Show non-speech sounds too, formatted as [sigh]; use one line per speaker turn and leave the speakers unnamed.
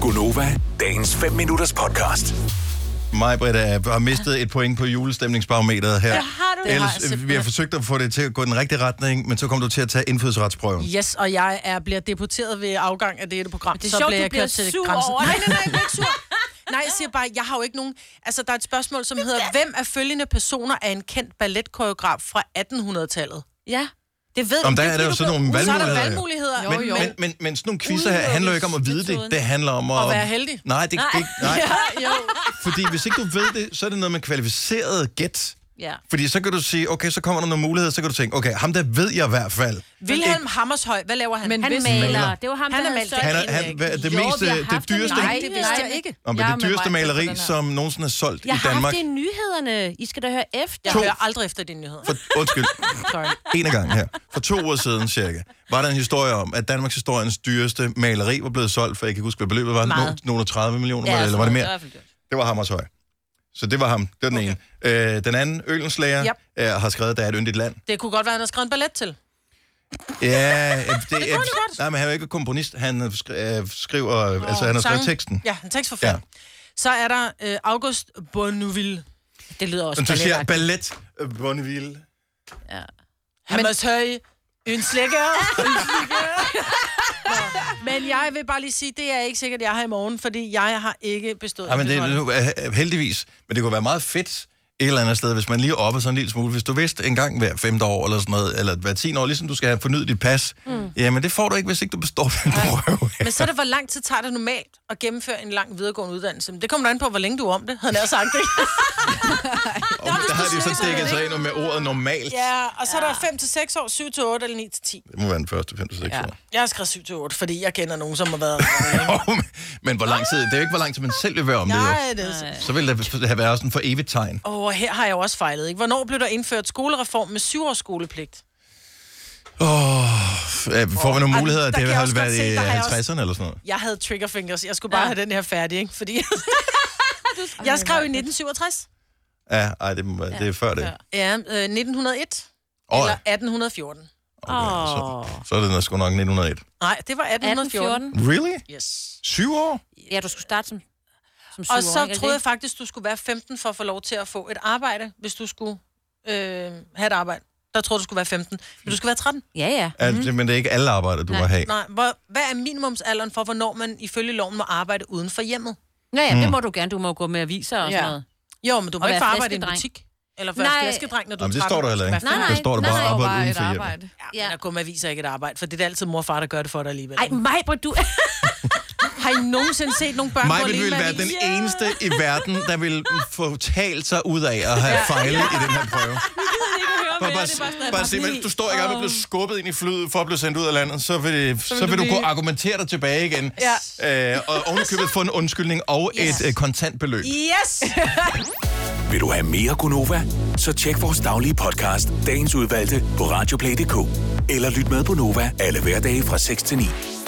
Gunova, dagens 5 minutters podcast.
Mig, Britta, har mistet et point på julestemningsbarometeret her.
Det har du. Det har
Ellers,
jeg
vi har
simpelthen.
forsøgt at få det til at gå i den rigtige retning, men så kom du til at tage indfødsretsprøven.
Yes, og jeg er, bliver deporteret ved afgang af dette program.
Det er sjovt,
bliver
du
jeg
bliver
kørt til
sur
grænsen.
over
Nej,
det.
nej, nej, jeg bliver ikke sur. Nej, jeg siger bare, jeg har jo ikke nogen... Altså, der er et spørgsmål, som
[laughs]
hedder, hvem af følgende personer er en kendt balletkoreograf fra 1800-tallet?
Ja, det ved
Om der
det
er der jo
fordi
sådan
du
nogle
Så er
valgmuligheder.
der
jo.
valgmuligheder.
Men,
Men-
men, men, men sådan nogle quizzer her handler jo ikke om at vide det.
Udelukkelsesmetoden.
Det handler om at...
At være heldig.
Nej, det, det, nej.
Ja, jo.
Fordi hvis ikke du ved det, så er det noget med kvalificeret gæt.
Ja.
Fordi så kan du sige, okay, så kommer der nogle muligheder, så kan du tænke, okay, ham der ved jeg i hvert fald.
Wilhelm Hammershøj, hvad laver han? Men
Han
hvis-
maler. Det var ham,
Han
der
er
havde
maler.
solgt
Han er,
en-
han, hvad- det
Jo, vi
meste,
har
det
haft den.
dyreste,
Nej, det vidste jeg ikke.
om,
Jeg er
det
med
dyreste
mig på
maleri,
den her.
som nogensinde er solgt
Jeg
i
har
Danmark.
haft det i nyhederne. I skal da høre efter.
jeg
to-
hører aldrig efter dine nyheder.
For, undskyld,
Sorry.
en af gangen her. For to uger siden cirka, var der en historie om, at Danmarks historiens dyreste maleri var blevet solgt, for jeg kan ikke huske, hvad beløbet var.
Meget.
Nogen- Nogle og 30 millioner,
Ja,
var det, eller var det mere?
i hvert fald dyrt.
Det var Hammershøj. Så det var ham. Det var den okay. ene. Øh, den anden, Ølens Læger,
Yep.
øh, har skrevet, der er et yndigt land.
Det kunne godt være, han har skrevet en ballet til.
Ja, øh, det, det
han godt.
Nej, men han er jo ikke komponist. Han øh, skri- øh, skriver, oh, altså han har skrevet
Sange.
teksten.
Ja, en tekstforfatter.
Ja.
Ja. Så er der øh, August Bonneville.
Det lyder også
Men du siger
balletagtigt.
ballet øh, Bonneville.
Hammershøj,
[laughs]
en slækker. Men jeg vil bare lige sige, det er ikke sikkert, jeg har i morgen, fordi jeg har ikke bestået.
Ja, men det er
indfødsretten.
nu, øh, heldigvis. Men det kunne være meget fedt et eller andet sted, hvis man lige opper sådan en lille smule. Hvis du vidste en gang hver femte år, eller sådan noget, eller hver tiende år, ligesom du skal have fornyet dit pas. Mm. Jamen, det får du ikke, hvis ikke du består den prøve.
men så er det, hvor lang tid tager det normalt at gennemføre en lang videregående uddannelse? Men det kommer da an på, hvor længe du er om det, havde jeg nær sagt. Ikke?
Og der har de
synes,
så
at
dækket
det
sig ind med ordet normalt. Yeah.
ja, og så er der 5 til 6 år, 7 til 8 eller 9 til 10.
Det må være den første 5 6
Ja.
år. [laughs]
Jeg har skrevet 7 til 8, fordi jeg kender nogen, som har været...
Jo, men- men hvor lang tid? Det er jo ikke, hvor lang tid man selv vil være om det. jo.
Nej, det er
Så vil der have været sådan en for evigt tegn.
Åh, oh, her har jeg jo også fejlet, ikke? Hvornår blev der indført skolereform med syvårs skolepligt?
Øh, Får vi nogle
Ej,
muligheder?
der
Det
kan jeg
har
også
vel
godt
været
se,
i
der har jeg også-
50'erne eller sådan noget.
Jeg havde triggerfingers. Jeg skulle bare ja.
Ja.
have den her færdig, ikke? Fordi... [laughs] jeg skrev i 1967.
Ja, ej, det, må være- det er før det.
Ja.
Ja, øh, 1901.
Åh,
Eller
ja.
1814.
Okay, så,
Åh.
så er det nok sgu nok 1901.
Nej, det var 1814.
1814.
Really?
Yes.
Syv år?
Ja, du skulle starte som, som
Og så
syvårig, ikke?
troede jeg faktisk, du skulle være 15 for at få lov til at få et arbejde, hvis du skulle øh, have et arbejde. Der troede du skulle være 15. Men du skulle være 13.
Ja, ja.
Altså, men det er ikke alle arbejder, du må have.
Nej, hvor, hvad er minimumsalderen for, hvornår man ifølge loven må arbejde uden for hjemmet?
Nå ja, det må du gerne. Du må jo gå med aviser og
Ja.
sådan noget.
Jo, men du må
Og
ikke få
være
arbejde i en
flæskedreng.
butik. Eller være
Nej.
flæskedreng, når du
Jamen, det
er 13.
står der heller ikke.
Nej, nej.
Der står der bare
står
arbejde
bare
uden
et
for hjemmet.
arbejde.
Ja.
Ja.
Men at gå med aviser er ikke et arbejde, for det er da altid mor og far, der gør det for dig alligevel.
Ej, mig, du...
Har I nogensinde set nogle børn
Mig
gå alene
ville
med
være den
avis?
eneste i verden, der ville få talt sig ud af at have fejlet i den her [laughs] prøve. Bare, bare, bare se, men du står ikke op og bliver skubbet ind i flyet for at blive sendt ud af landet, så vil, det, så vil du kunne argumentere dig tilbage igen. Ja. Øh, og ovenikøbet få en undskyldning og et øh, kontantbeløb.
Yes!
Vil du have mere Gunova? Så tjek vores daglige podcast, dagens udvalgte, på radioplay.dk. Eller lyt med på Nova alle hverdage fra 6 til 9.